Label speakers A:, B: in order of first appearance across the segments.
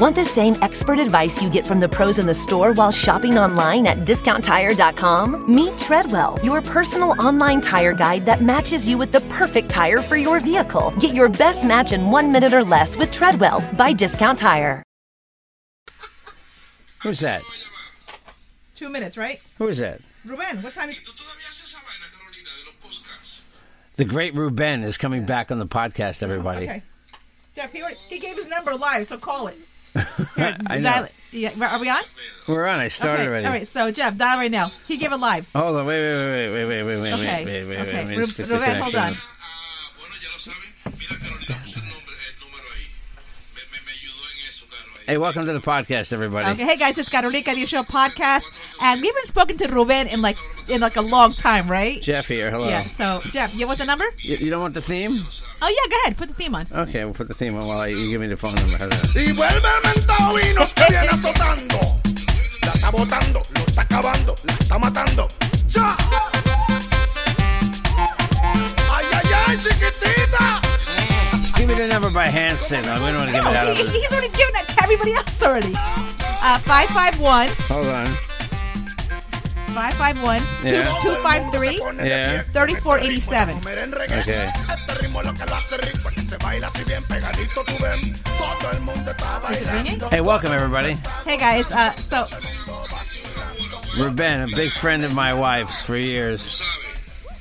A: Want the same expert advice you get from the pros in the store while shopping online at discounttire.com? Meet Treadwell, your personal online tire guide that matches you with the perfect tire for your vehicle. Get your best match in one minute or less with Treadwell by Discount Tire.
B: Who's that?
C: Two minutes, right?
B: Who is that?
C: Rubén, what time is
B: The great Ruben is coming back on the podcast, everybody.
C: Okay. Jeff, he, already, he gave his number live, so call it.
B: I
C: dial
B: know.
C: it. Yeah, are we on?
B: We're on. I started
C: okay.
B: already.
C: All right, so Jeff, dial right now. He gave it live.
B: Hold on. Wait, wait, wait, wait, wait, wait, wait,
C: Okay.
B: wait, wait, wait,
C: Okay.
B: wait, wait.
C: Ru-
B: Stick the
C: Ruben,
B: connection
C: hold on.
B: up.
D: Ah, bueno, ya lo saben. Mira, Carolina puso el, nombre, el número ahí. Me, me, me ayudó en eso, Caro. ahí.
B: Hey, welcome to the podcast, everybody.
C: Okay, hey guys, it's Carolica, the show podcast, and we haven't spoken to Ruben in like in like a long time, right?
B: Jeff here. Hello.
C: Yeah. So Jeff, you want the number?
B: You, you don't want the theme?
C: Oh yeah, go ahead, put the theme on.
B: Okay, we'll put the theme on while I, you give me the phone number. How's that?
E: Y vuelve el mentado vinos que viene azotando. La está botando, lo está acabando, la está matando. ¡Ya! ¡Ay, ay, ay, chiquitita!
B: Give me the number by hand signal. We don't want to give it out.
C: No,
B: Over
C: Oh, he,
B: the,
C: he's already given it to everybody else already. Uh, five five one
B: hold on.
C: five five one two
B: Yeah.
C: two five three.
B: Yeah.
C: 3487.
B: Okay.
E: Este ritmo lo que lo hace rico es que se baila así bien pegadito, tú ven. Todo el mundo está
C: Is it ringing?
E: bailando.
B: Hey, welcome everybody.
C: Hey guys, uh, so
B: Ruben, a big friend of my wife's for years.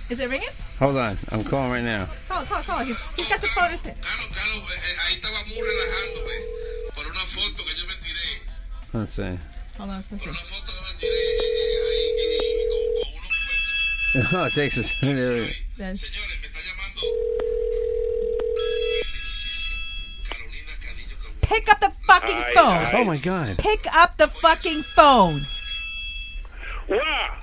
C: is it ringing?
B: Hold on, I'm calling right now.
C: Call, call, call. He's he's got the phone in his hand.
D: Caro, Caro, eh, eh, ahí estaba muy relajándome por una foto que yo me tiré.
B: Let's see.
C: Hold on, let's see.
D: Una foto que me tiré eh, eh, ahí eh, eh, con, con unos cuernos.
B: Oh, it takes us.
C: Then-
D: Señores, me está llamando. Carolina Cadillo Cabrera.
C: Pick up the fucking phone.
B: Oh my God.
C: Pick up the fucking phone.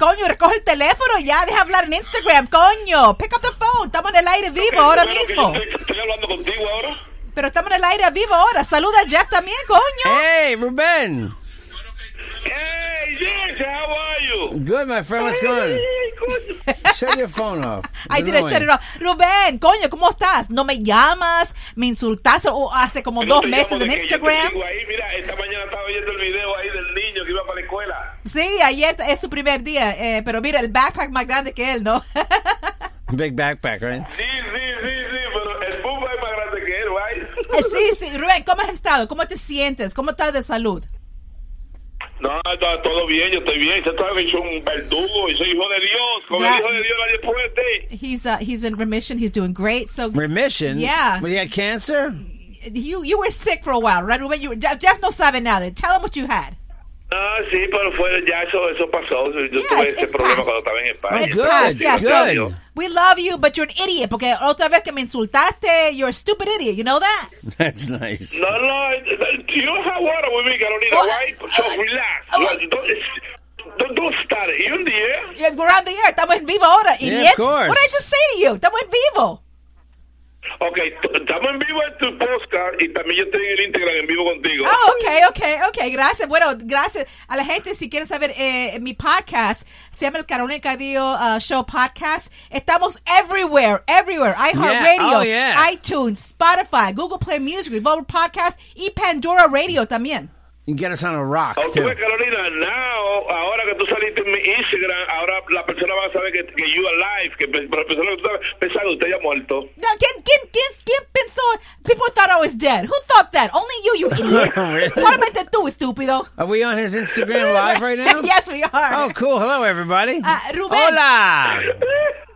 C: Coño, recoge el teléfono ya, deja hablar en Instagram, coño. Pick up the phone, estamos en el aire vivo ahora mismo.
F: Estoy hablando contigo ahora.
C: Pero estamos en el aire vivo ahora. Saluda a Jeff también, coño.
B: Hey, Ruben.
F: Hey, yes, how are you?
B: Good, my friend. What's going?
F: Good.
B: on? Shut your phone off.
C: I
B: It's
C: didn't shut it
B: annoying.
C: off. Rubén, coño, ¿cómo estás? No me llamas, me insultaste o hace como
F: No
C: dos
F: te
C: meses
F: llamo
C: en
F: de que yo te
C: Instagram.
F: sigo ahí. Mira, esta mañana estaba viendo el video ahí del niño que iba para la escuela.
C: Sí, ayer es su primer día, eh, pero mira, el backpack más grande que él, ¿no?
B: Big backpack, right?
F: Sí, sí, sí, sí, pero el pumba es más grande que él, ¿right?
C: Eh, sí, sí. Rubén, ¿cómo has estado? ¿Cómo te sientes? ¿Cómo estás de salud?
F: No, está todo bien, yo estoy bien. Yo estaba hecho un verdugo y soy hijo de Dios. Con
C: Gra-
F: el hijo de Dios nadie puede.
C: He's uh, he's in remission. He's doing great. So
B: Remission.
C: Yeah.
B: Well, you got cancer.
C: you you were sick for a while, right, Ruben? You were, Jeff, Jeff no sabe nada. Tell him what you had.
F: Ah, sí, pero fue ya eso, eso pasó. Yo
C: Yeah,
F: tuve
C: it's-
F: ese
C: it's
F: problema
C: past.
F: cuando estaba en España.
C: It's
B: good,
C: past, yeah.
B: good.
C: So we love you, but you're an idiot. Porque otra vez que me insultaste, you're a stupid idiot. You know that?
B: That's nice.
F: No, no, you don't have water with me, Carolina,
C: Oh,
F: right? So relax.
C: oh.
F: Like, don't, it's- don't, don't start it. You in the air?
C: Yeah, We're on the air. Estamos en vivo ahora,
B: Yeah, of
C: idiots.
B: course.
C: what did I just say to you? Estamos en vivo.
F: Okay, t- estamos en vivo en tu podcast y también yo estoy en el Instagram en vivo contigo.
C: Ah, ok, ok, ok, gracias. Bueno, gracias a la gente. Si quieren saber, eh, mi podcast se llama el Carolina Cadillo uh, Show Podcast. Estamos everywhere, everywhere. iHeartRadio,
B: oh, yeah.
C: iTunes, Spotify, Google Play Music, Revolver Podcast y Pandora Radio también.
B: You can get us on a rock
F: Oh, tú
B: too.
F: ves, Carolina, now, ahora que tú saliste en mi Instagram, ahora la persona va a saber que, que you alive, que pe- la persona que tú sabes, pensaba que usted ya muerto.
C: No, ¿quién, quién, quién, quién pensó? People thought I was dead. Who thought that? Only you, you idiot.
B: Really?
C: Solamente tú, estúpido.
B: Are we on his Instagram live right now?
C: yes, we are.
B: Oh, cool. Hello, everybody.
C: Uh, Ruben.
B: Hola.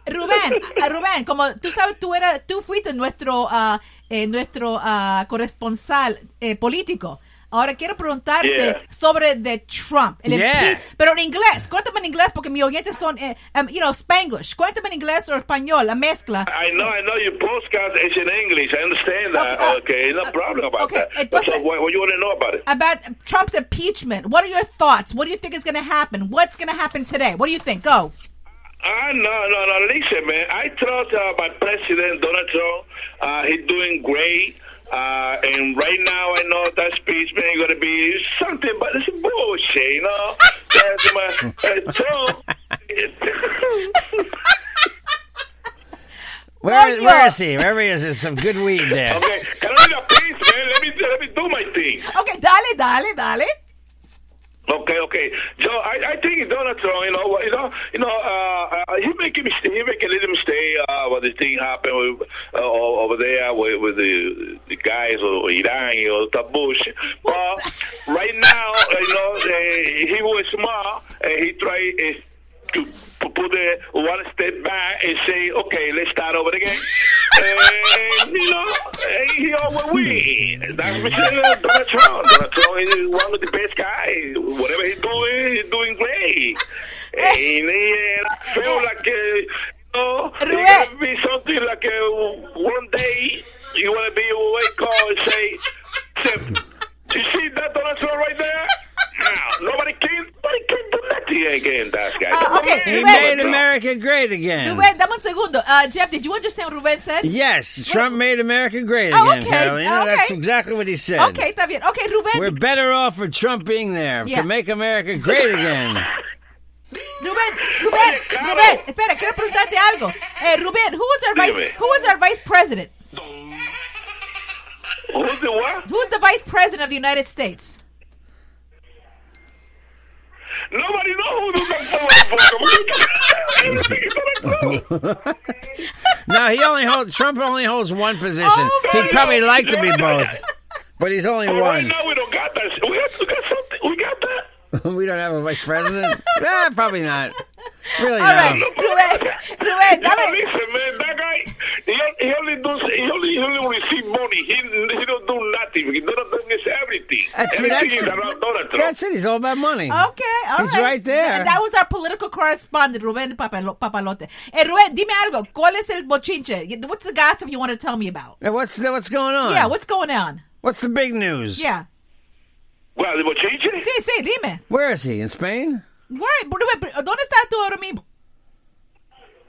C: Rubén, ah, Rubén, como tú sabes, tú era, tú fuiste nuestro, ah, eh, nuestro ah, corresponsal eh, político. Ahora quiero preguntarte
F: Yeah.
C: sobre de Trump. El
B: Yeah.
C: impeach- Pero en inglés, cuéntame en inglés porque mis oyentes son, eh, um, you know, Spanglish. Cuéntame en inglés o español, la mezcla.
F: I know, I know your podcast is in English. I understand that.
C: Okay, uh,
F: Okay, no
C: uh,
F: problem about
C: okay,
F: that.
C: it
F: But so
C: doesn't-
F: what, what you want to know about it?
C: About Trump's impeachment. What are your thoughts? What do you think is going to happen? What's going to happen today? What do you think? Go.
F: Ah, no, no, no. Listen, man. I trust uh, my president, Donald Trump. Uh, he's doing great. Uh, and right now, I know that speech man going to be something, but it's bullshit, you know. That's my uh, Trump.
B: Where,
C: Coño.
B: where is he? Where is he? Some good weed there.
F: okay, Carolina, please, man. Let me let me do my thing.
C: Okay, dale, dale, dale.
F: Okay, okay. So I, I think Donald Trump, you know, you know, you know, uh, uh, he making mistake, he making little mistake. Uh, what the thing happened with, uh, o- over there with, with the, the guys or Iran or that bullshit. But right now, you know, uh, he was smart and he tried uh, to p- put the one step back and say, okay, let's start over again. and you know, and he always win. That's what you know, Donald Trump. Donald Trump is one of the best guys. Whatever he's doing, he's doing great. And, and I feel like, uh, you know, it's
C: Rubén.
F: gonna be something like uh, one day you want to be wake up and say, "Say, you see that Donald Trump right there? Now, nobody can, nobody can do nothing again, that guy.
C: Ah, okay,
B: He
C: Rubén.
B: made America great again.
C: Rubén, dame un segundo. Uh, Jeff, did you understand what Rubén said?
B: Yes, Trump made America great
C: Oh,
B: again,
C: okay,
B: Carolina. That's
C: okay.
B: exactly what he said.
C: Okay, está bien. Okay, Rubén.
B: We're better off for Trump being there
C: Yeah.
B: to make America great again.
C: Rubén, Rubén,
F: Oye, claro.
C: Rubén, espera, quiero preguntarte algo. Eh, Rubén, who was our vice,
F: Dígame.
C: who was our vice president?
F: Who's the what?
C: Who's the vice president of the United States?
F: Nobody knows who the fuck is Donald Trump.
B: No, he only holds Trump only holds one position.
C: Oh, my
B: He'd probably
F: God.
B: like to be both, but he's only
F: But Right
B: one.
F: now, we don't got that. We got, we got something. We got that.
B: we don't have a vice president. nah, probably not. Really
C: All right,
B: no.
C: Rubén, Rubén,
F: Yeah,
C: dame.
F: listen, man, that guy, he, he only does, he only, he only receive money. He, he don't do nothing. He don't do this everything.
B: That's,
F: everything
B: Uh, that's,
F: is around Donald Trump.
B: that's it. He's all about money.
C: Okay, all
B: He's right there.
C: Th- That was our political correspondent, Rubén Papalo- Papalote. Eh, Rubén, dime algo. ¿Cuál es el bochinche? What's the gossip you want to tell me about?
B: Hey, What's the, what's going on?
C: Yeah, what's going on?
B: what's the big news?
C: Yeah.
F: Well, the bochinche?
C: Sí, sí, dime.
B: Where is he? In Spain?
C: Where- Rubén, ¿dónde estás tú ahora mismo?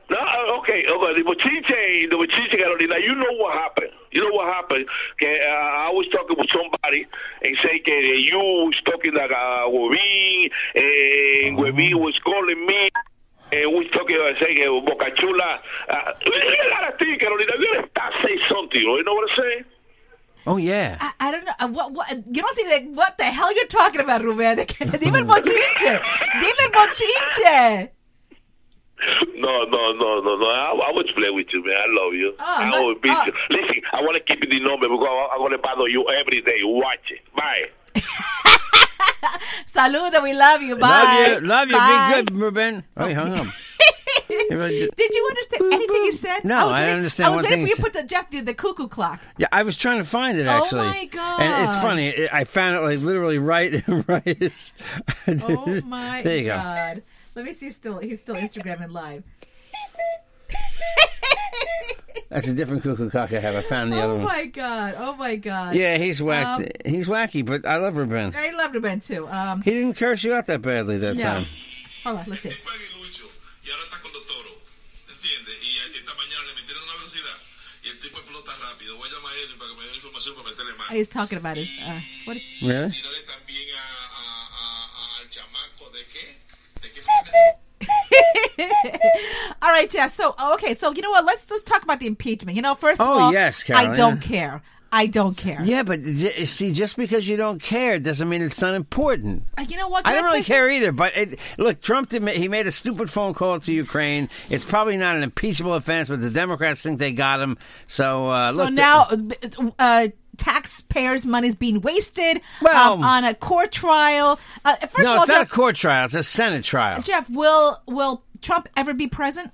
F: No, uh, okay, okay. The bochinche, the bochinche, Carolina, you know what happened. You know what happened. Que, uh, I was talking with somebody and say que you was talking like uh, Webin, and Webin was calling me. And we talking about saying uh, Boca Chula. Uh, a lot of things, Carolina. You gotta say something. You know what I'm saying?
B: Oh yeah.
C: I, I don't know. uh, What, what, you don't see like, what the hell you're talking about, Ruben. Dime el bochinche. Dime el bochinche.
F: No, no, no, no, no. I, I would play with you, man. I love you. I
C: no-
F: will be.
C: oh.
F: Listen, I want to keep the number because I- I'm going to bother you every day. Watch it. Bye.
C: Saluda, we love you. Bye.
B: Love you. Love you.
C: Bye.
B: Be good, Ruben. Oh, he hung up. He really did.
C: Did you understand anything he said?
B: No, I
C: waiting,
B: understand
C: I was
B: one
C: waiting
B: thing
C: for
B: he
C: you to put the Jeff the, the cuckoo clock.
B: Yeah, I was trying to find it
C: Oh,
B: actually.
C: my God.
B: And it's funny. I I found it like literally right, right. as-
C: Oh my
B: there you go.
C: god. Let me see he's still he's still Instagramming live.
B: That's a different cuckoo cock I have. I found the other
C: Oh
B: one.
C: my god. Oh my god.
B: Yeah, he's
C: Um,
B: wacky. he's wacky, but I love Ruben.
C: I love Ruben too. Um
B: He didn't curse you out that badly that
C: No.
B: time.
C: hold on, let's see.
D: Lucho, y ahora está con los toros. ¿Entiendes? Y a- esta mañana le metieron una velocidad y el tipo explota rápido. Voy a llamar a Edwin para que me dé la información para meterle más.
C: He's talking about his uh what is
B: Really?
D: Tírale también a, a- a- al chamaco de qué? ¿De qué fue?
C: All right, Jeff. So oh, okay, so you know what? Let's just talk about the impeachment. You know, first of
B: Oh,
C: all,
B: yes,
C: I
B: Carolina.
C: don't care. I don't care.
B: Yeah, but j- see, just because you don't care doesn't mean it's not important.
C: Uh, You know what?
B: I
C: Can
B: don't really
C: tell you-
B: care either. But it, look, Trump did, ma- he made a stupid phone call to Ukraine. It's probably not an impeachable offense, but the Democrats think they got him. So, uh,
C: So
B: look,
C: now, uh, uh, taxpayers' money is being wasted
B: Well- mm.
C: um, on a court trial. Uh, first
B: no,
C: of all,
B: it's not a
C: Jeff,
B: court trial; it's a Senate trial.
C: Jeff, will will Trump ever be present?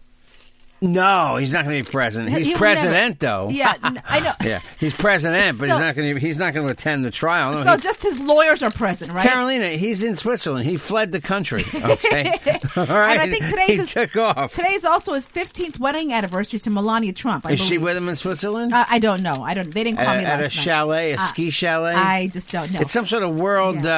B: No, he's not going to be president. He's
C: He will
B: president,
C: never-
B: though.
C: Yeah, n- I know.
B: Yeah, he's president, but he's
C: So-
B: not going to. He's not going to attend the trial. No,
C: So
B: Oh, he-
C: just his lawyers are present, right?
B: Carolina, he's in Switzerland. He fled the country. Okay, all right.
C: And I think today's
B: he
C: his,
B: took off.
C: Today's also his 15th wedding anniversary to Melania Trump. I
B: Is she
C: believe.
B: with him in Switzerland?
C: Uh, I don't know. I don't. They didn't call
B: at,
C: me
B: at
C: last
B: a
C: night.
B: chalet, a
C: Uh,
B: ski chalet.
C: I just don't know.
B: It's some sort of world. Uh,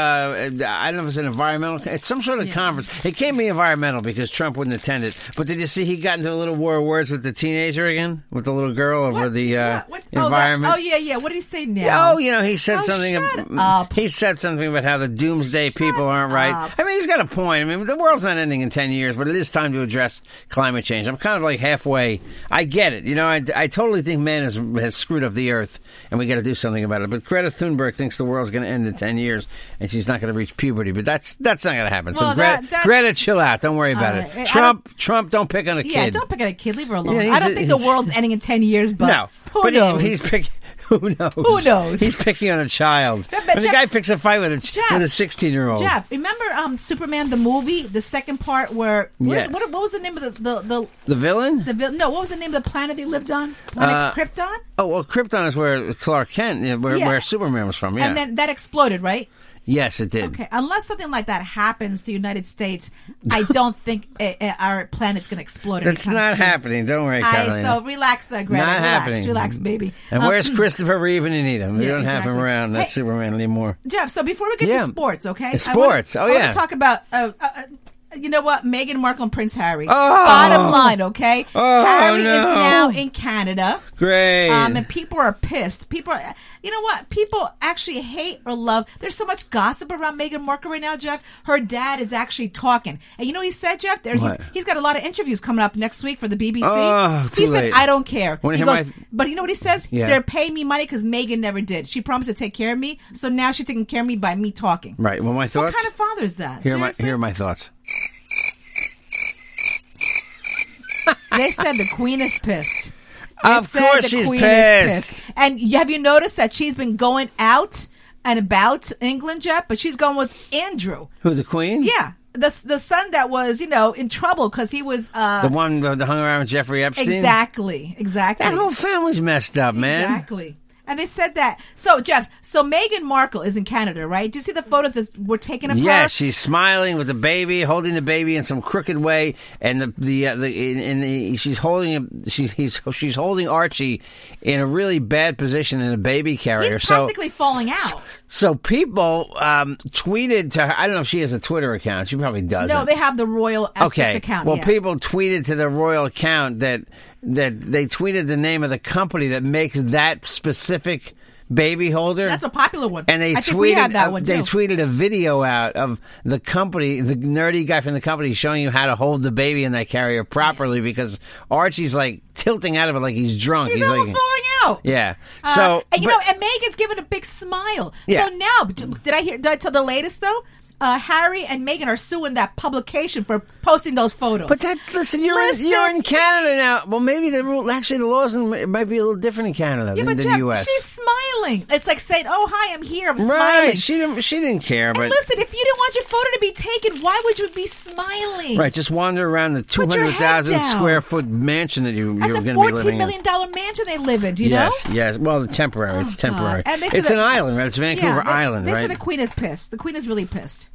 B: I don't know if it's an environmental. It's some sort of conference. It can't be environmental because Trump wouldn't attend it. But did you see he got into a little war of words with the teenager again, with the little girl over
C: What?
B: the uh,
C: What- what's- oh, that-
B: environment?
C: Oh, yeah, yeah. What did he say now?
B: Oh, you know, he said
C: Oh,
B: something.
C: shut
B: ab- mm,
C: up.
B: He said something about how the doomsday
C: Shut
B: people aren't right.
C: up.
B: I mean, he's got a point. I mean, the world's not ending in ten years, but it is time to address climate change. I'm kind of like halfway. I get it. You know, I, I totally think man has has screwed up the earth, and we got to do something about it. But Greta Thunberg thinks the world's going to end in ten years, and she's not going to reach puberty. But that's that's not going to happen. so
C: Well, that-
B: Greta,
C: that's-
B: Greta, chill out. Don't worry about
C: All
B: it.
C: right. I
B: Trump, Trump, don't pick on a
C: Yeah,
B: kid.
C: don't pick on a kid. Leave her alone.
B: Yeah,
C: I
B: he's-
C: don't think the
B: he's-
C: world's ending in 10 years, but
B: no,
C: who
B: but he-
C: knows?
B: he's pick, who knows?
C: Who knows?
B: He's picking on a child.
C: Yeah, but
B: When the
C: Jeff-
B: guy picks a fight with a
C: Jeff.
B: with a sixteen year old.
C: Jeff, remember um, Superman the movie, the second part where what, is-
B: Yeah.
C: what, what was the name of the the the,
B: The villain?
C: the vil- no? What was the name of the planet they lived on? Planet
B: Uh,
C: Krypton.
B: oh well, Krypton is where Clark Kent, yeah, where,
C: Yeah.
B: where Superman was from. Yeah.
C: And then that exploded, right?
B: yes, it did.
C: Okay. Unless something like that happens to the United States, I don't think uh, uh, our planet's going to explode.
B: That's
C: anytime
B: not
C: soon.
B: happening. Don't worry,
C: I,
B: Carolina.
C: so relax, uh, Greta.
B: not
C: relax,
B: happening.
C: relax, baby.
B: And
C: Um,
B: where's Christopher Reeve when you need him? you
C: Yeah,
B: don't have him
C: exactly.
B: around. That's
C: Hey. Um,
B: Superman anymore.
C: Jeff, so before we get
B: Yeah.
C: to sports, okay?
B: Sports.
C: I
B: Oh,
C: wanna, I
B: yeah.
C: want to talk about. Uh, uh, uh, you know what? Meghan Markle and Prince Harry. Bottom line, okay?
B: Oh,
C: Harry is
B: no.
C: now in Canada.
B: Great.
C: Um, and people are pissed. People are, you know what? People actually hate or love. There's so much gossip around Meghan Markle right now, Jeff. Her dad is actually talking. And you know what he said, Jeff? There, he's,
B: What?
C: he's got a lot of interviews coming up next week for the BBC.
B: Oh, too
C: he said,
B: late.
C: I don't care.
B: Wanna
C: He
B: hear my-
C: goes, but you know what he says?
B: Yeah.
C: They're paying me money because Megan never did. She promised to take care of me, so now she's taking care of me by me talking.
B: right. Well, my
C: What
B: thoughts.
C: kind of father is that?
B: here, are my,
C: Seriously?
B: here are my thoughts.
C: They said the queen is pissed. They
B: Of
C: said
B: course
C: the
B: she's
C: queen
B: pissed.
C: is pissed. And you- have you noticed that she's been going out and about England, Jeff? But she's going with Andrew.
B: Who the Queen?
C: Yeah, the the son that was you know in trouble because he was uh,
B: The one that hung around with Jeffrey Epstein.
C: exactly exactly
B: That whole family's messed up, man.
C: Exactly. And they said that. So, Jeff, so Meghan Markle is in Canada, right? Do you see the photos that were taken of
B: Yeah,
C: her?
B: she's smiling with the baby, holding the baby in some crooked way, and the the uh, the in, in the, she's holding him. She's he's, she's holding Archie in a really bad position in a baby
C: He's
B: carrier. so
C: practically falling out.
B: so people um, tweeted to her. I don't know if she has a Twitter account. She probably doesn't.
C: No, they have the royal Essex
B: Okay.
C: account.
B: well,
C: yeah.
B: people tweeted to the royal account that that they tweeted the name of the company that makes that specific baby holder.
C: That's a popular one.
B: And they
C: I
B: tweeted
C: think we have that
B: uh,
C: one,
B: they
C: too.
B: tweeted a video out of the company, the nerdy guy from the company showing you how to hold the baby in that carrier properly because Archie's like tilting out of it like he's drunk.
C: He's almost
B: like
C: falling out.
B: Yeah.
C: Uh,
B: So
C: and you
B: but-
C: know, and Megan's giving a big smile.
B: Yeah.
C: So now, d- did I hear? Did I tell the latest though? Uh, Harry and Megan are suing that publication for posting those photos.
B: But that listen, you're
C: Listen.
B: in you're in Canada now. Well, maybe the rule actually the laws in, it might be a little different in Canada
C: yeah,
B: than
C: but
B: the
C: Jeff,
B: U.S.
C: she's smiling. It's like saying, "Oh, hi, I'm here. I'm smiling."
B: right? She didn't she didn't care,
C: And
B: but
C: listen, if you didn't want your photo to be taken, why would you be smiling?
B: right, just wander around the two
C: Put your
B: hundred
C: head
B: thousand
C: down.
B: square foot mansion that you
C: That's
B: you're
C: a
B: going to be
C: fourteen
B: living in.
C: million dollar mansion they live in. Do you
B: yes,
C: know? Oh,
B: yes. Well, the temporary. it's temporary.
C: God. And they said
B: it's
C: that-
B: an island, right? It's Vancouver
C: yeah, they,
B: Island,
C: They
B: right?
C: said the queen is pissed. The queen is really pissed.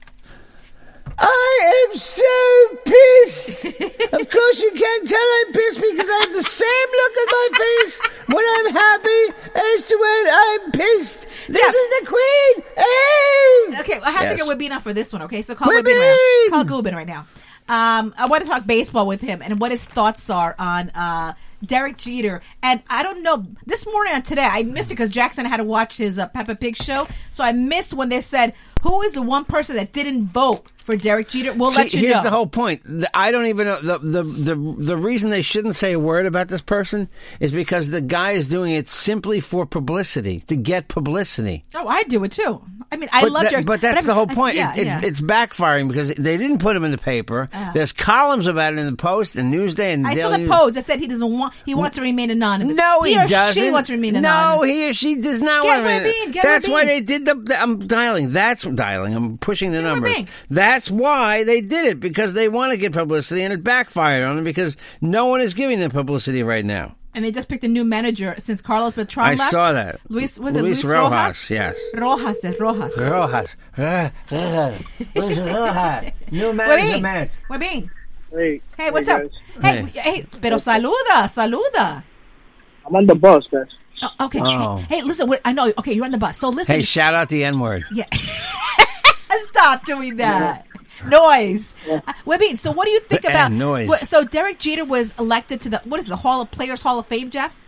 B: I am so pissed. of course, you can't tell I'm pissed because I have the same look on my face when I'm happy as to when I'm pissed. This is the queen. Oh!
C: Okay, I have
B: Yes.
C: to get Wibina for this one. Okay, so call
B: Wibin!
C: Wibin. right now. Call Gubin right now. Um, I want to talk baseball with him and what his thoughts are on uh, Derek Jeter. And I don't know. This morning on today, I missed it because Jackson had to watch his uh, Peppa Pig show, so I missed when they said who is the one person that didn't vote for Derek Jeter. We'll let
B: See,
C: you
B: here's
C: know.
B: the whole point. The- I don't even know the, the the the reason they shouldn't say a word about this person is because the guy is doing it simply for publicity to get publicity.
C: oh, I do it too. I mean, I
B: but
C: love
B: that-
C: Derek,
B: but that's
C: I'm-
B: the whole
C: I-
B: point.
C: yeah,
B: It- it-
C: yeah. Uh.
B: It's backfiring because they didn't put him in the paper. There's columns about it in the Post and Newsday and
C: I saw
B: Daily.
C: the
B: News.
C: pose. I said he doesn't want. He wants to remain anonymous.
B: No, he,
C: or
B: doesn't.
C: She wants to remain anonymous.
B: no, he or she does not
C: Get
B: want to.
C: Rabin, get
B: That's why
C: Rabin.
B: they did the, the- I'm dialing. That's dialing. I'm pushing the numbers.
C: Rabin.
B: That That's why they did it because they want to get publicity, and it backfired on them because no one is giving them publicity right now.
C: And they just picked a new manager since Carlos Petron
B: I
C: left.
B: saw that.
C: Luis was
B: Luis
C: it Luis
B: Rojas,
C: Rojas?
B: yes.
C: Rojas es Rojas.
B: Rojas, new
C: Webin, Webin.
G: Hey,
C: Hey, what's
G: hey,
C: up?
G: guys.
C: Hey, hey, pero saluda, saluda.
G: I'm on the bus, guys.
C: Oh, okay.
B: Oh.
C: Hey, hey, listen. We're, I know. Okay, you're on the bus. So listen.
B: Hey, shout out the N word.
C: yeah. Stop doing that noise. Uh, Webin, so what do you think
B: The
C: about
B: end noise.
C: what- So Derek Jeter was elected to the what is the Hall of Players Hall of Fame, Jeff?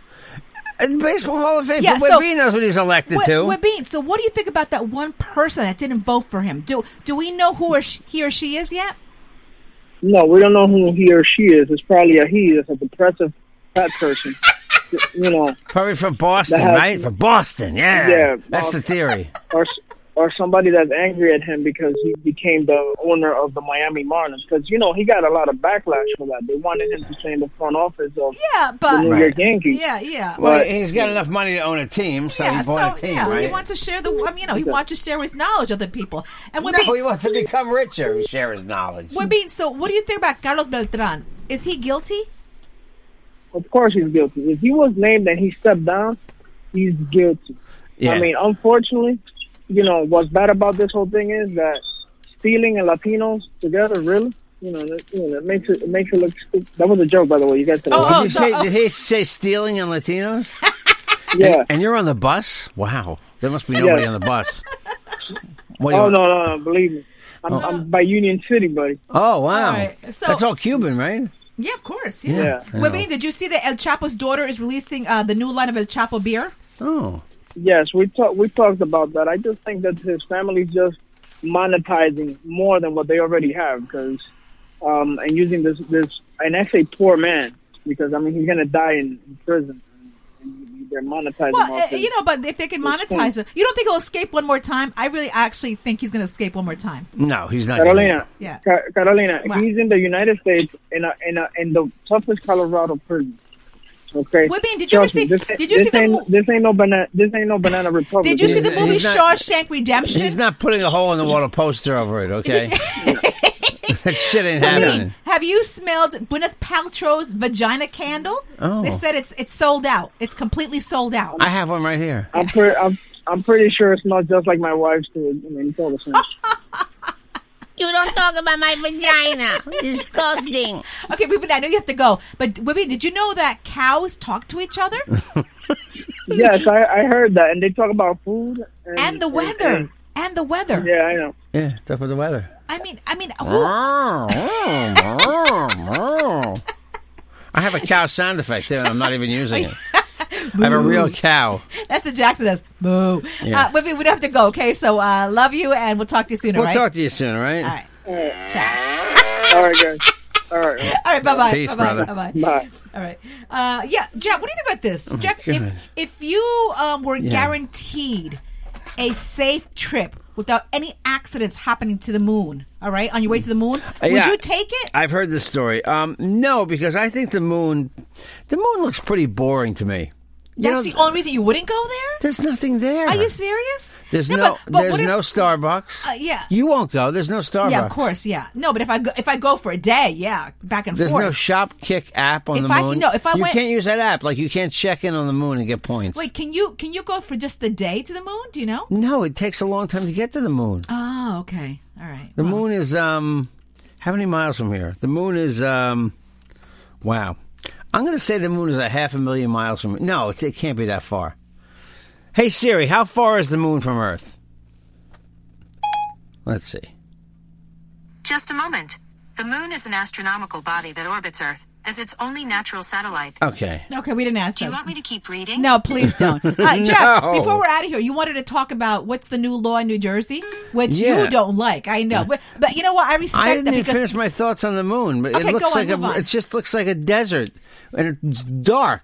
B: Baseball Hall of Fame.
C: Yeah,
B: but
C: so-
B: Webby knows what he's elected
C: What,
B: to.
C: Webin, so what do you think about that one person that didn't vote for him? Do do we know who or sh- he or she is yet?
G: No, we don't know who he or she is. It's probably a he. It's a depressive fat person. you know,
B: Probably from Boston,
G: That has-
B: right? From Boston, yeah.
G: Yeah,
B: That's the
G: Boston.
B: theory.
G: or s- or somebody that's angry at him because he became the owner of the Miami Marlins. Because you know he got a lot of backlash for that. They wanted him to stay in the front office of
C: Yeah,
G: the
C: but
G: New York Yankees.
C: yeah, yeah.
B: Well,
G: But-
B: he's got enough money to own a team, so
C: yeah,
B: he bought
C: so
B: a team,
C: yeah,
B: right?
C: he wants to share the. I mean, you know, he wants to share his knowledge with other people. And
B: no,
C: Webin,
B: he wants to become richer. We share his knowledge.
C: Well, I mean, so what do you think about Carlos Beltran? Is he guilty?
G: Of course he's guilty. If he was named and he stepped down, he's guilty.
B: yeah.
G: I mean, unfortunately, you know what's bad about this whole thing is that stealing and Latinos together, really, you know, that, you know, that makes it, it makes it look. Stupid. That was a joke, by the way. You guys said it
C: Oh,
B: did,
G: was-
B: you
C: so-
B: say, did he say stealing and Latinos?
G: yeah.
B: And you're on the bus? Wow. There must be nobody
G: Yeah.
B: on the bus. What Oh. do you
G: Oh
B: want-
G: no, no, no, believe me, I'm, I'm by Union City, buddy.
B: Oh, wow.
C: All right, so-
B: That's all Cuban, right?
C: Yeah, of course. Yeah.
G: Yeah.
C: Well, I mean, did you see that El Chapo's daughter is releasing uh, the new line of El Chapo beer?
B: Oh.
G: Yes, we talked we talked about that. I just think that his family's just monetizing more than what they already have because um, and using this this and I say poor man because I mean he's gonna die in, in prison. And they're monetizing.
C: Well,
B: e,
G: all
C: uh,
G: this.
C: you know, but if they can monetize it, you don't think he'll escape one more time? I really actually think he's going to escape one more time.
B: No, he's not.
G: Carolina,
C: Yeah.
G: Ca- Carolina,
C: What?
G: he's in the United States in a, in a, in the toughest Colorado prison. Okay.
C: Wait, man, did you
G: Trust
C: ever see-
G: me, This, ain't-
C: did you
G: this
C: see the
G: ain't,
C: mo-
G: This ain't no banana. This ain't no banana republic.
C: Did you see the
B: He's-
C: movie
B: he's not-
C: Shawshank Redemption?
B: He's not putting a hole in the water poster over it, okay? that shit ain't
C: I mean,
B: happening.
C: have you smelled Gwyneth Paltrow's vagina candle?
B: Oh.
C: They said it's it's sold out. It's completely sold out.
B: I have one right here.
G: I'm, pre- I'm, I'm pretty sure it's not just like my wife's. Too. I mean, it's all the
C: Oh,
G: same.
H: You don't talk about my vagina. Disgusting.
C: Okay, Ruben, I know you have to go, but Ruben, did you know that cows talk to each other
G: yes, I, I heard that, and they talk about food and,
C: and the
G: and-
C: weather? And the weather.
G: yeah, I know.
B: Yeah, it's up with the weather.
C: I mean, I mean, who?
B: I have a cow sound effect too, and I'm not even using it. I have a real cow.
C: That's what Jackson says. Boo.
B: Yeah.
C: Uh, Ruben, we don't have to go. Okay, so uh, love you, and we'll talk to you soon.
B: We'll
C: all right.
B: talk to you soon, all right?
C: all right. Ciao.
G: All right, guys. All right, all right.
C: All right. Bye bye.
B: Peace,
C: bye bye.
B: brother.
C: Bye bye.
G: bye.
C: All right. Uh, yeah, Jeff. What do you think about this, Jeff?
B: Oh God.
C: If, if you um, were guaranteed a safe trip without any accidents happening to the moon, all right, on your way to the moon, would
B: Uh, yeah.
C: you take it?
B: I've heard this story. Um, no, because I think the moon, the moon looks pretty boring to me. You
C: That's
B: know,
C: the only reason you wouldn't go there.
B: there's nothing there.
C: Are you serious?
B: There's no,
C: but- but
B: there's
C: what if-
B: no Starbucks.
C: Uh, yeah.
B: you won't go. There's no Starbucks.
C: Yeah, of course, yeah. No, but if I go, if I go for a day, yeah, back and
B: There's
C: forth.
B: no Shopkick app on
C: If
B: the
C: I-
B: moon.
C: no, if I
B: you
C: went-
B: can't use that app. Like you can't check in on the moon and get points.
C: Wait, can you can you go for just the day to the moon? Do you know?
B: no, it takes a long time to get to the moon.
C: Oh, okay, all right.
B: The
C: Well,
B: moon is um how many miles from here? The moon is um wow. I'm going to say the moon is a half a million miles from No, it, it can't be that far. Hey Siri, how far is the moon from Earth? Let's see.
I: Just a moment. The moon is an astronomical body that orbits Earth as its only natural satellite.
B: Okay.
C: Okay, we didn't ask
I: Do you
C: that.
I: want me to keep reading?
C: No, please don't. Uh, Jeff,
B: No.
C: before we're out of here, you wanted to talk about what's the new law in New Jersey, which
B: Yeah.
C: you don't like. I know, but, but you know what? I respect
B: I didn't
C: that
B: even
C: because
B: finish my thoughts on the moon, but
C: Okay,
B: it
C: go
B: looks
C: on,
B: like
C: move
B: a,
C: on.
B: it just looks like a desert and it's dark.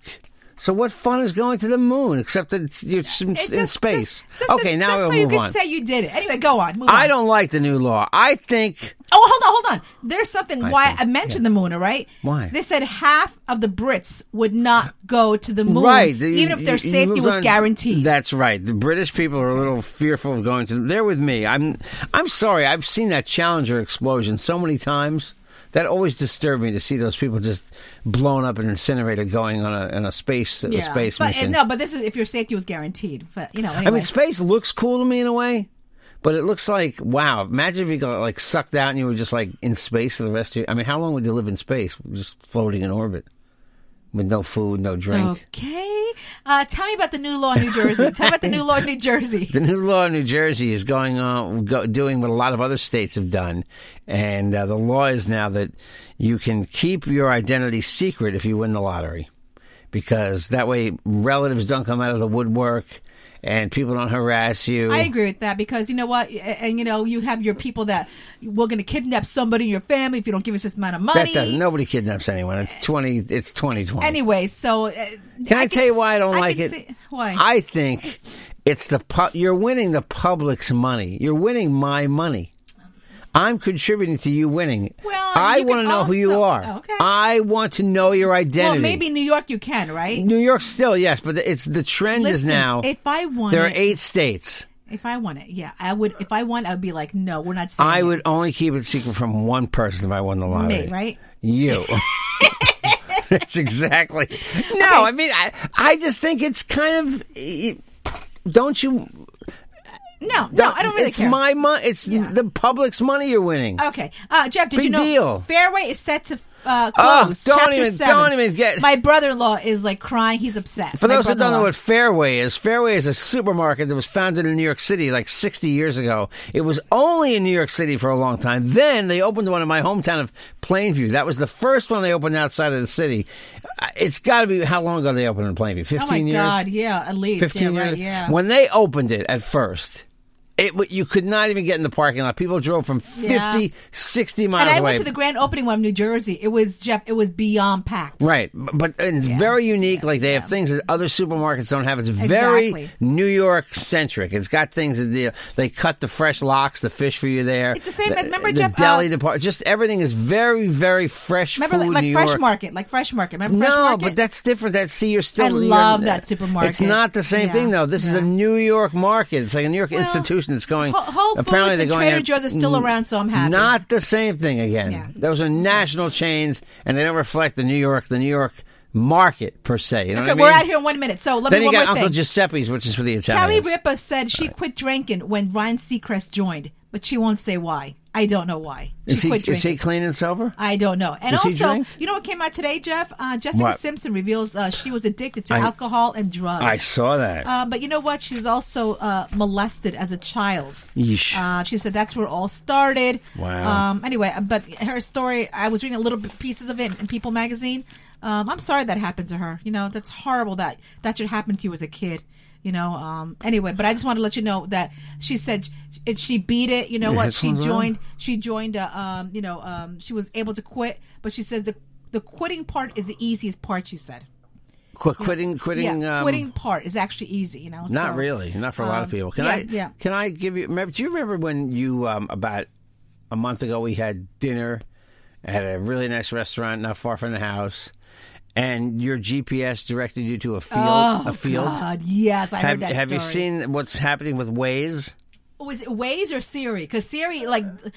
B: So what fun is going to the moon except that it's, you're s- in space? okay, now
C: just
B: we'll
C: so you
B: move
C: can
B: on.
C: say you did it. Anyway, go on. Move
B: I
C: on.
B: don't like the new law. I think
C: Oh, hold on, hold on. There's something
B: I
C: why
B: think-
C: I mentioned the moon, all right?
B: Why?
C: They said half of the Brits would not go to the moon,
B: right, you-
C: even if
B: you-
C: their
B: you
C: safety
B: moved
C: was
B: on-
C: guaranteed.
B: That's right. The British people are a little fearful of going to. They're with me. I'm. I'm sorry. I've seen that Challenger explosion so many times. That always disturbed me to see those people just blown up and incinerated going on a, on a space a space
C: but,
B: mission.
C: No, but this is if your safety was guaranteed. But you know, anyway.
B: I mean, space looks cool to me in a way, but it looks like wow. Imagine if you got like sucked out and you were just like in space for the rest of your. I mean, how long would you live in space, just floating in orbit, with no food, no
C: Oh.
B: drink?
C: okay. Uh, tell me about the new law in New Jersey. tell me about the new law in New Jersey.
B: The new law in New Jersey is going on, go, doing what a lot of other states have done, and uh, the law is now that you can keep your identity secret if you win the lottery, because that way relatives don't come out of the woodwork, and people don't harass you.
C: I agree with that because you know what, A- and you know you have your people that we're going to kidnap somebody in your family if you don't give us this amount of
B: That
C: money.
B: doesn't. Nobody kidnaps anyone. It's twenty. It's twenty twenty.
C: Anyway, so uh,
B: Can I, tell you why I don't
C: I
B: like
C: can
B: it?
C: see- why?
B: I think it's the pu- you're winning the public's money. You're winning my money. I'm contributing to you winning.
C: Well,
B: I
C: you
B: want to
C: can
B: know who you
C: also-
B: are.
C: okay.
B: I want to know your identity.
C: well, maybe in New York you can, right?
B: New York still yes, but it's the trend is
C: Listen,
B: now.
C: if I won
B: there are
C: it-
B: eight states.
C: If I want it, yeah, I would. If I won, I'd be like, no, we're not saying
B: I would only keep it secret from one person if I won the
C: it.
B: lottery.
C: me, right?
B: You. That's exactly. No, I mean, I, I just think it's kind of. eh, Don't you?
C: No, no, I don't really
B: It's
C: care.
B: my money. It's the public's money you're winning.
C: Okay, uh, Jeff, did
B: Big
C: you know
B: deal.
C: Fairway is set to uh,
B: Oh,
C: close?
B: don't
C: Chapter
B: even-
C: seven.
B: don't even get-
C: My brother-in-law is like crying; he's upset.
B: For
C: My
B: those that don't know
C: brother-in-law.
B: what Fairway is, Fairway is a supermarket that was founded in New York City like 60 years ago. It was only in New York City for a long time. Then they opened one in my hometown of Plainview. That was the first one they opened outside of the city. Uh, It's got to be how long ago they opened in Plainview? 15
C: oh my
B: years.
C: god, yeah, at least
B: 15
C: yeah,
B: years.
C: right, yeah.
B: When they opened it at first, it w- you could not even get in the parking lot. People drove from 50,
C: Yeah.
B: 60 miles
C: and I
B: away.
C: went to the grand opening one in New Jersey. It was Jeff. It was beyond packed.
B: Right, b- but and it's very unique. like they have things that other supermarkets don't have. It's very
C: Exactly.
B: New York centric. It's got things that they, they cut the fresh locks, the fish for you there.
C: It's the same-
B: The,
C: remember,
B: the
C: Jeff,
B: deli
C: uh,
B: department. Just everything is very, very fresh.
C: Remember,
B: food
C: like, like
B: New
C: Fresh
B: York.
C: Market, like Fresh Market. Remember Fresh
B: No,
C: Market?
B: but that's different. That see, you're still.
C: I
B: you're-
C: love that supermarket.
B: It's not the same
C: Yeah,
B: thing though. This is a New York market. It's like a New York institution that's going.
C: Whole- Whole
B: apparently
C: Foods
B: they're
C: and
B: going
C: Trader
B: out-
C: Joe's are still
B: Mm,
C: around, so I'm happy.
B: Not the same thing again.
C: Yeah.
B: Those are national chains, and they don't reflect the New York, the New York market per se. You know what
C: okay,
B: I mean?
C: we're out here in one minute. So let
B: Then
C: me
B: you
C: one
B: got
C: more
B: Uncle
C: thing.
B: Giuseppe's, which is for the
C: Kelly
B: Italians.
C: Ripa said she quit drinking when Ryan Seacrest joined, but she won't say why. I don't know why. She
B: is, he,
C: quit
B: is
C: drinking.
B: he clean and sober?
C: I don't know. And
B: Does he
C: also,
B: drink?
C: you know what came out today, Jeff? Uh, Jessica
B: What?
C: Simpson reveals uh, she was addicted to
B: I-
C: alcohol and drugs.
B: I saw that.
C: Uh, but you know what? She's also uh, molested as a child.
B: Yeesh.
C: Uh, she said that's where it all started.
B: Wow.
C: Um, anyway, but her story, I was reading little bit- pieces of it in People magazine. Um, I'm sorry that happened to her. You know, that's horrible that that should happen to you as a kid. You know, um, anyway, but I just wanted to let you know that she said she, she beat it. You know
B: Your
C: what? She
B: headphones on?
C: joined, she joined, uh, um, you know, um, she was able to quit, but she says the, the quitting part is the easiest part, she said.
B: Qu- quitting, quitting,
C: yeah,
B: um,
C: quitting part is actually easy, you know.
B: Not
C: so-
B: really. Not for a lot of
C: um,
B: people. Can
C: yeah,
B: I?
C: yeah.
B: Can I give you? Remember, do you remember when you um, about a month ago we had dinner at a really nice restaurant not far from the house, and your GPS directed you to a field?
C: Oh,
B: a field.
C: God, yes, I
B: have
C: heard that
B: have you
C: story.
B: seen what's happening with Waze?
C: Was it Waze or Siri? Because Siri, like, th-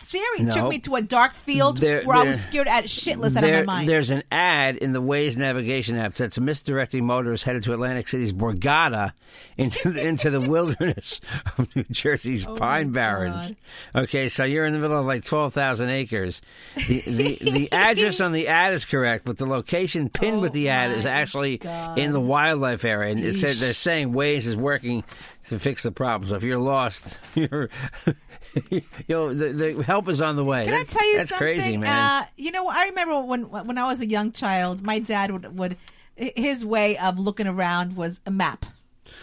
C: Siri
B: No.
C: took me to a dark field
B: There-
C: where I was
B: there-
C: scared out shitless out
B: There-
C: of my mind.
B: There's an ad in the Waze navigation app that's misdirecting motorists headed to Atlantic City's Borgata into the, into the wilderness of New Jersey's
C: Oh
B: Pine Barrens. Okay, so you're in the middle of like 12,000 acres. The, the, the address on the ad is correct, but the location pinned with the ad
C: Oh
B: is actually in the wildlife area. And it said, they're saying Waze is working to fix the problem. So if you're lost, you're. Yo, the, the help is on the way.
C: Can I
B: That's-
C: tell you
B: that's
C: something?
B: crazy, man.
C: Uh, you know, I remember when when I was a young child, my dad would would his way of looking around was a map.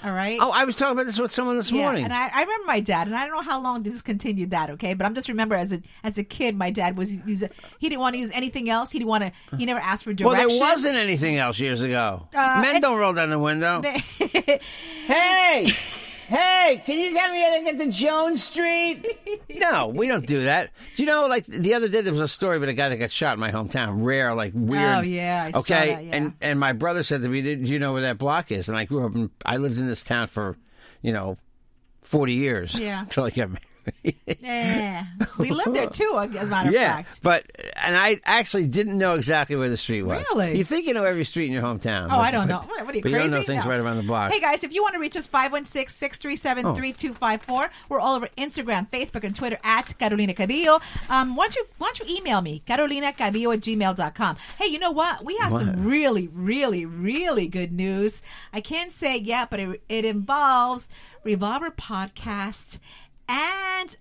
C: All right.
B: Oh, I was talking about this with someone this
C: Yeah,
B: morning.
C: and I, I remember my dad, and I don't know how long this has continued that. Okay, but I'm just remember as a as a kid, my dad was use he didn't want to use anything else. He didn't want to. He never asked for
B: well, there
C: directions.
B: wasn't anything else years ago.
C: Uh,
B: Men
C: and-
B: don't roll down the window. hey, hey, can you tell me how to get to Jones Street? no, we don't do that. Do you know, like the other day, there was a story about a guy that got shot in my hometown. Rare, like weird.
C: Oh, yeah, I saw
B: okay,
C: that, yeah.
B: and and my brother said to me, "Did you know where that block is?" And I grew up, in, I lived in this town for, you know, forty years.
C: Yeah.
B: until I got married.
C: Yeah, Eh, we lived there too. As a matter
B: yeah,
C: of fact.
B: but and I actually didn't know exactly where the street was.
C: Really?
B: You think you know every street in your hometown?
C: Oh,
B: but-
C: I don't know.
B: but-
C: What, what are you
B: but
C: crazy?
B: you don't know things
C: No.
B: right around the block. Oh.
C: Hey guys, if you want to reach us, 516-637-3254. We're all over Instagram, Facebook, and Twitter at Carolina Cadillo. Um, why don't you why don't you email me, carolinacadillo at gmail.com. Hey, you know what? We have
J: What?
C: some really, really, really good news. I can't say it yet, but it, it involves Revolver Podcast and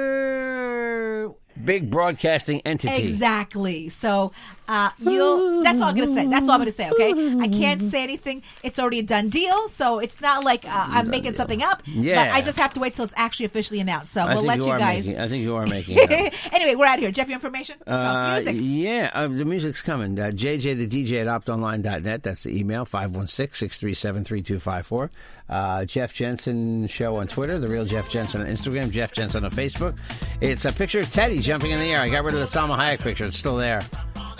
C: another
B: Big broadcasting entity.
C: Exactly. So uh, you'll. That's all I'm gonna say. That's all I'm gonna say. Okay. I can't say anything. It's already a done deal. So it's not like uh, I'm making something up.
B: Yeah.
C: But I just have to wait till it's actually officially announced. So
B: I
C: we'll
B: think
C: let
B: you
C: you,
B: are
C: guys.
B: Making, I think you are making. it up.
C: anyway, we're out of here. Jeff, your information. Let's go.
B: Uh,
C: Music.
B: Yeah, uh, the music's coming. Uh, JJ the DJ at optonline.net. That's the email, 516-637-3254. Uh, Jeff Jensen Show on Twitter, The Real Jeff Jensen on Instagram, Jeff Jensen on Facebook. It's a picture of Teddy jumping in the air. I got rid of the Salma Hayek picture. It's still there.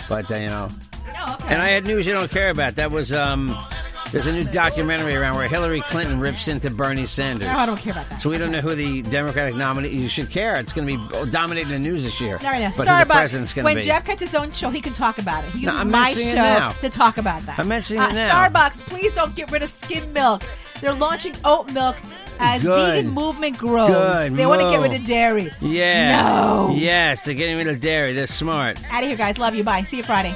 B: But, uh, you know. And I had news you don't care about. That was, um, there's a new documentary around where Hillary Clinton rips into Bernie Sanders.
C: No, Oh, I don't care about that.
B: So we don't know who the Democratic nominee. You should care. It's going to be dominating the news this year.
C: All right, now,
B: But who the
C: Starbucks,
B: president's going to
C: when
B: be?
C: Jeff gets his own show, he can talk about it. He
B: No,
C: uses
B: I'm
C: my
B: mentioning it
C: show
B: now.
C: to talk about that.
B: I'm mentioning
C: uh,
B: it now.
C: Starbucks, please don't get rid of skim milk. They're launching oat milk as
B: Good.
C: vegan movement grows.
B: Good
C: they want to get
B: move.
C: rid of dairy.
B: Yeah.
C: No.
B: Yes, they're getting rid of dairy. They're smart.
C: Out of here, guys. Love you. Bye. See you Friday.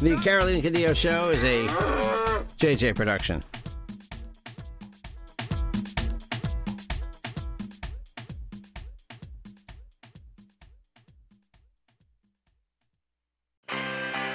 B: The Caroline Cadillo Show is a JJ production.